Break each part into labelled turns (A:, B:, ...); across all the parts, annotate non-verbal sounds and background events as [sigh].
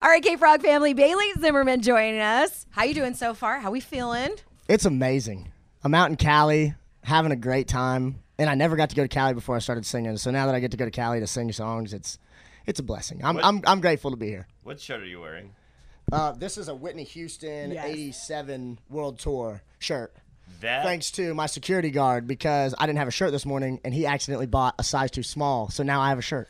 A: All right, K Frog family, Bailey Zimmerman joining us. How you doing so far? How we feeling?
B: It's amazing. I'm out in Cali having a great time, and I never got to go to Cali before I started singing. So now that I get to go to Cali to sing songs, it's it's a blessing. I'm I'm, I'm grateful to be here.
C: What shirt are you wearing?
B: Uh, this is a Whitney Houston
A: Yes.
B: '87 World Tour shirt.
C: That
B: Thanks to my security guard because I didn't have a shirt this morning, and he accidentally bought a size too small. So now I have a shirt,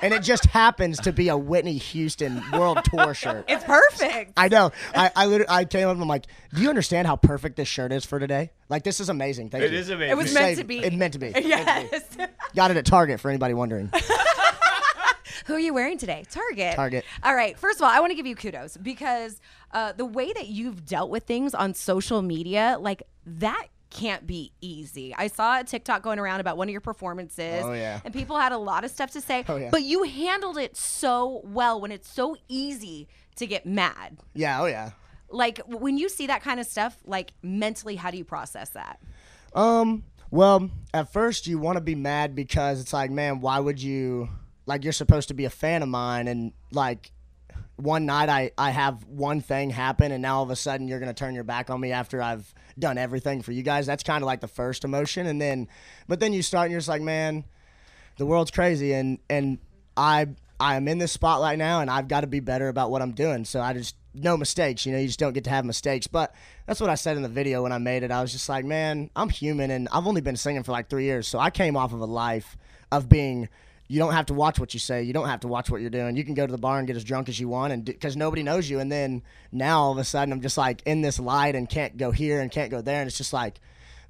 B: and it just happens to be a Whitney Houston World Tour shirt.
A: It's
B: [laughs]
A: perfect.
B: I know. I I, literally, I came up and I'm like, do you understand how perfect this shirt is for today? Like this is amazing. Thank
C: it
B: you.
C: is amazing.
A: It was meant to be.
B: It meant to be.
A: Yes.
B: Got it at Target for anybody wondering. [laughs]
A: Who are you wearing today? Target.
B: Target.
A: All right. First of all, I want to give you kudos because uh, the way that you've dealt with things on social media, like that can't be easy. I saw a TikTok going around about one of your performances.
B: Oh, yeah.
A: And people had a lot of stuff to say.
B: Oh, yeah.
A: But you handled it so well when it's so easy to get mad.
B: yeah. Oh yeah.
A: Like when you see that kind of stuff, like mentally, how do you process that?
B: Um. Well, at first you want to be mad because it's like, man, why would you? Like, you're supposed to be a fan of mine, and like, one night I I have one thing happen, and now all of a sudden you're gonna turn your back on me after I've done everything for you guys. That's kind of like the first emotion, and then, but then you start and you're just like, man, the world's crazy, and and I I am in this spotlight now, and I've got to be better about what I'm doing. So I just no mistakes, you know, you just don't get to have mistakes. But that's what I said in the video when I made it. I was just like, man, I'm human, and I've only been singing for like three years, so I came off of a life of being. You don't have to watch what you say. You don't have to watch what you're doing. You can go to the bar and get as drunk as you want, and because nobody knows you. And then now all of a sudden, I'm just like in this light and can't go here and can't go there, and it's just like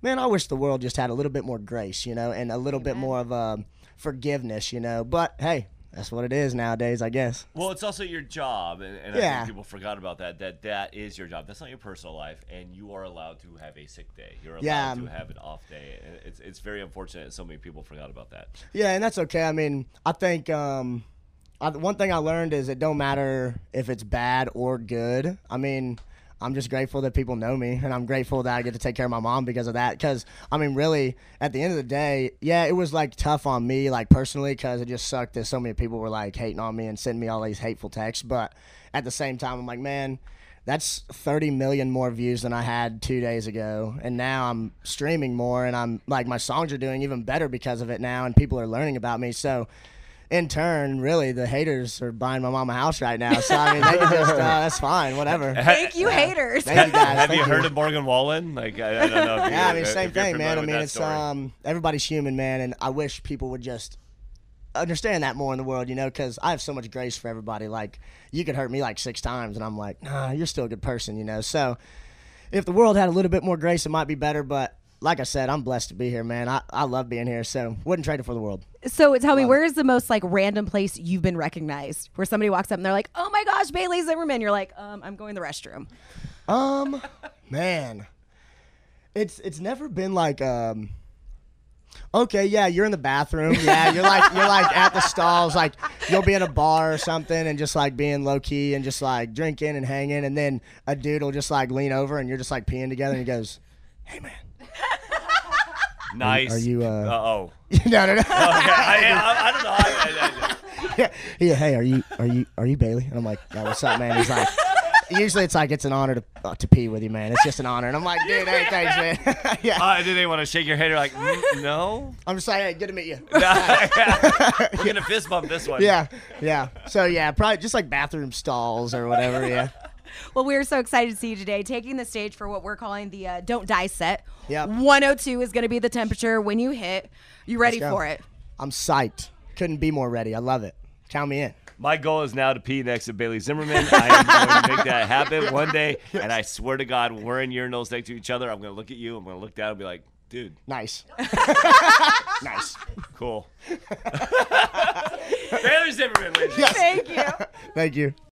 B: man, I wish the world just had a little bit more grace, you know, and a little bit more of um, forgiveness, you know. But hey, that's what it is nowadays, I guess.
C: Well, it's also your job, and, and I
B: Yeah.
C: think people forgot about that. That that is your job. That's not your personal life, and you are allowed to have a sick day. You're allowed
B: Yeah,
C: to
B: um,
C: have an off day. and It's it's very unfortunate. that So many people forgot about that.
B: Yeah, and that's okay. I mean, I think um, I, one thing I learned is it don't matter if it's bad or good. I mean, I'm just grateful that people know me, and I'm grateful that I get to take care of my mom because of that. Because I mean, really, at the end of the day, yeah, it was like tough on me, like personally, because it just sucked that so many people were like hating on me and sending me all these hateful texts. But at the same time, I'm like, man. That's 30 million more views than I had two days ago. And now I'm streaming more, and I'm like, my songs are doing even better because of it now, and people are learning about me. So in turn, really, the haters are buying my mom a house right now. So I mean, they can just uh, that's fine, whatever.
A: Thank you, haters.
B: Thank you guys.
C: have
B: Thank
C: you heard of Morgan Wallen? Like I, I don't know. If you,
B: Yeah, I mean,
C: if
B: same
C: you're
B: thing, man.
C: familiar
B: I
C: with
B: mean,
C: that
B: it's
C: story.
B: um, everybody's human, man, and I wish people would just understand that more in the world, you know, because I have so much grace for everybody. Like, you could hurt me like six times, and I'm like, nah, you're still a good person, you know. So, if the world had a little bit more grace, it might be better. But like I said, I'm blessed to be here, man. I, I love being here, so wouldn't trade it for the world.
A: So tell me, where is the most like random place you've been recognized where somebody walks up and they're like, "Oh my gosh, Bailey Zimmerman." You're like, um, "I'm going to the restroom."
B: Um, man, it's it's never been like um. Okay, yeah, you're in the bathroom. Yeah, you're like you're like at the stalls. Like you'll be in a bar or something, and just like being low key and just like drinking and hanging, and then a dude will just like lean over, and you're just like peeing together, and he goes, "Hey, man."
C: nice.
B: are you, uh,
C: oh.
B: [laughs] no, no, no. [laughs]
C: Okay. I, I, I don't know. I, I, I,
B: Yeah, hey, are you are you are you Bailey? And I'm like, yeah, what's up, man? He's like. Usually it's like it's an honor to uh, to pee with you, man. It's just an honor, and I'm like, dude, hey, thanks, man. [laughs] yeah,
C: uh, do they want to shake your head? You're like, "Mm, no.
B: I'm just like, hey, good to meet you.
C: We're gonna fist bump this one.
B: Yeah, yeah. So yeah, probably just like bathroom stalls or whatever. Yeah.
A: Well, we are so excited to see you today, taking the stage for what we're calling the uh, "Don't Die" set.
B: Yep.
A: 102 is going to be the temperature when you hit. You ready
B: Let's go.
A: for it?
B: I'm psyched. Couldn't be more ready. I love it. Count me in.
C: My goal is now to pee next to Bailey Zimmerman. I am going to make that happen one day. And I swear to God, we're in urinals next to each other. I'm going to look at you. I'm going to look down and be like, dude,
B: Nice. [laughs] nice.
C: cool. [laughs] Bailey Zimmerman, ladies.
A: Thank you.
B: [laughs] Thank you.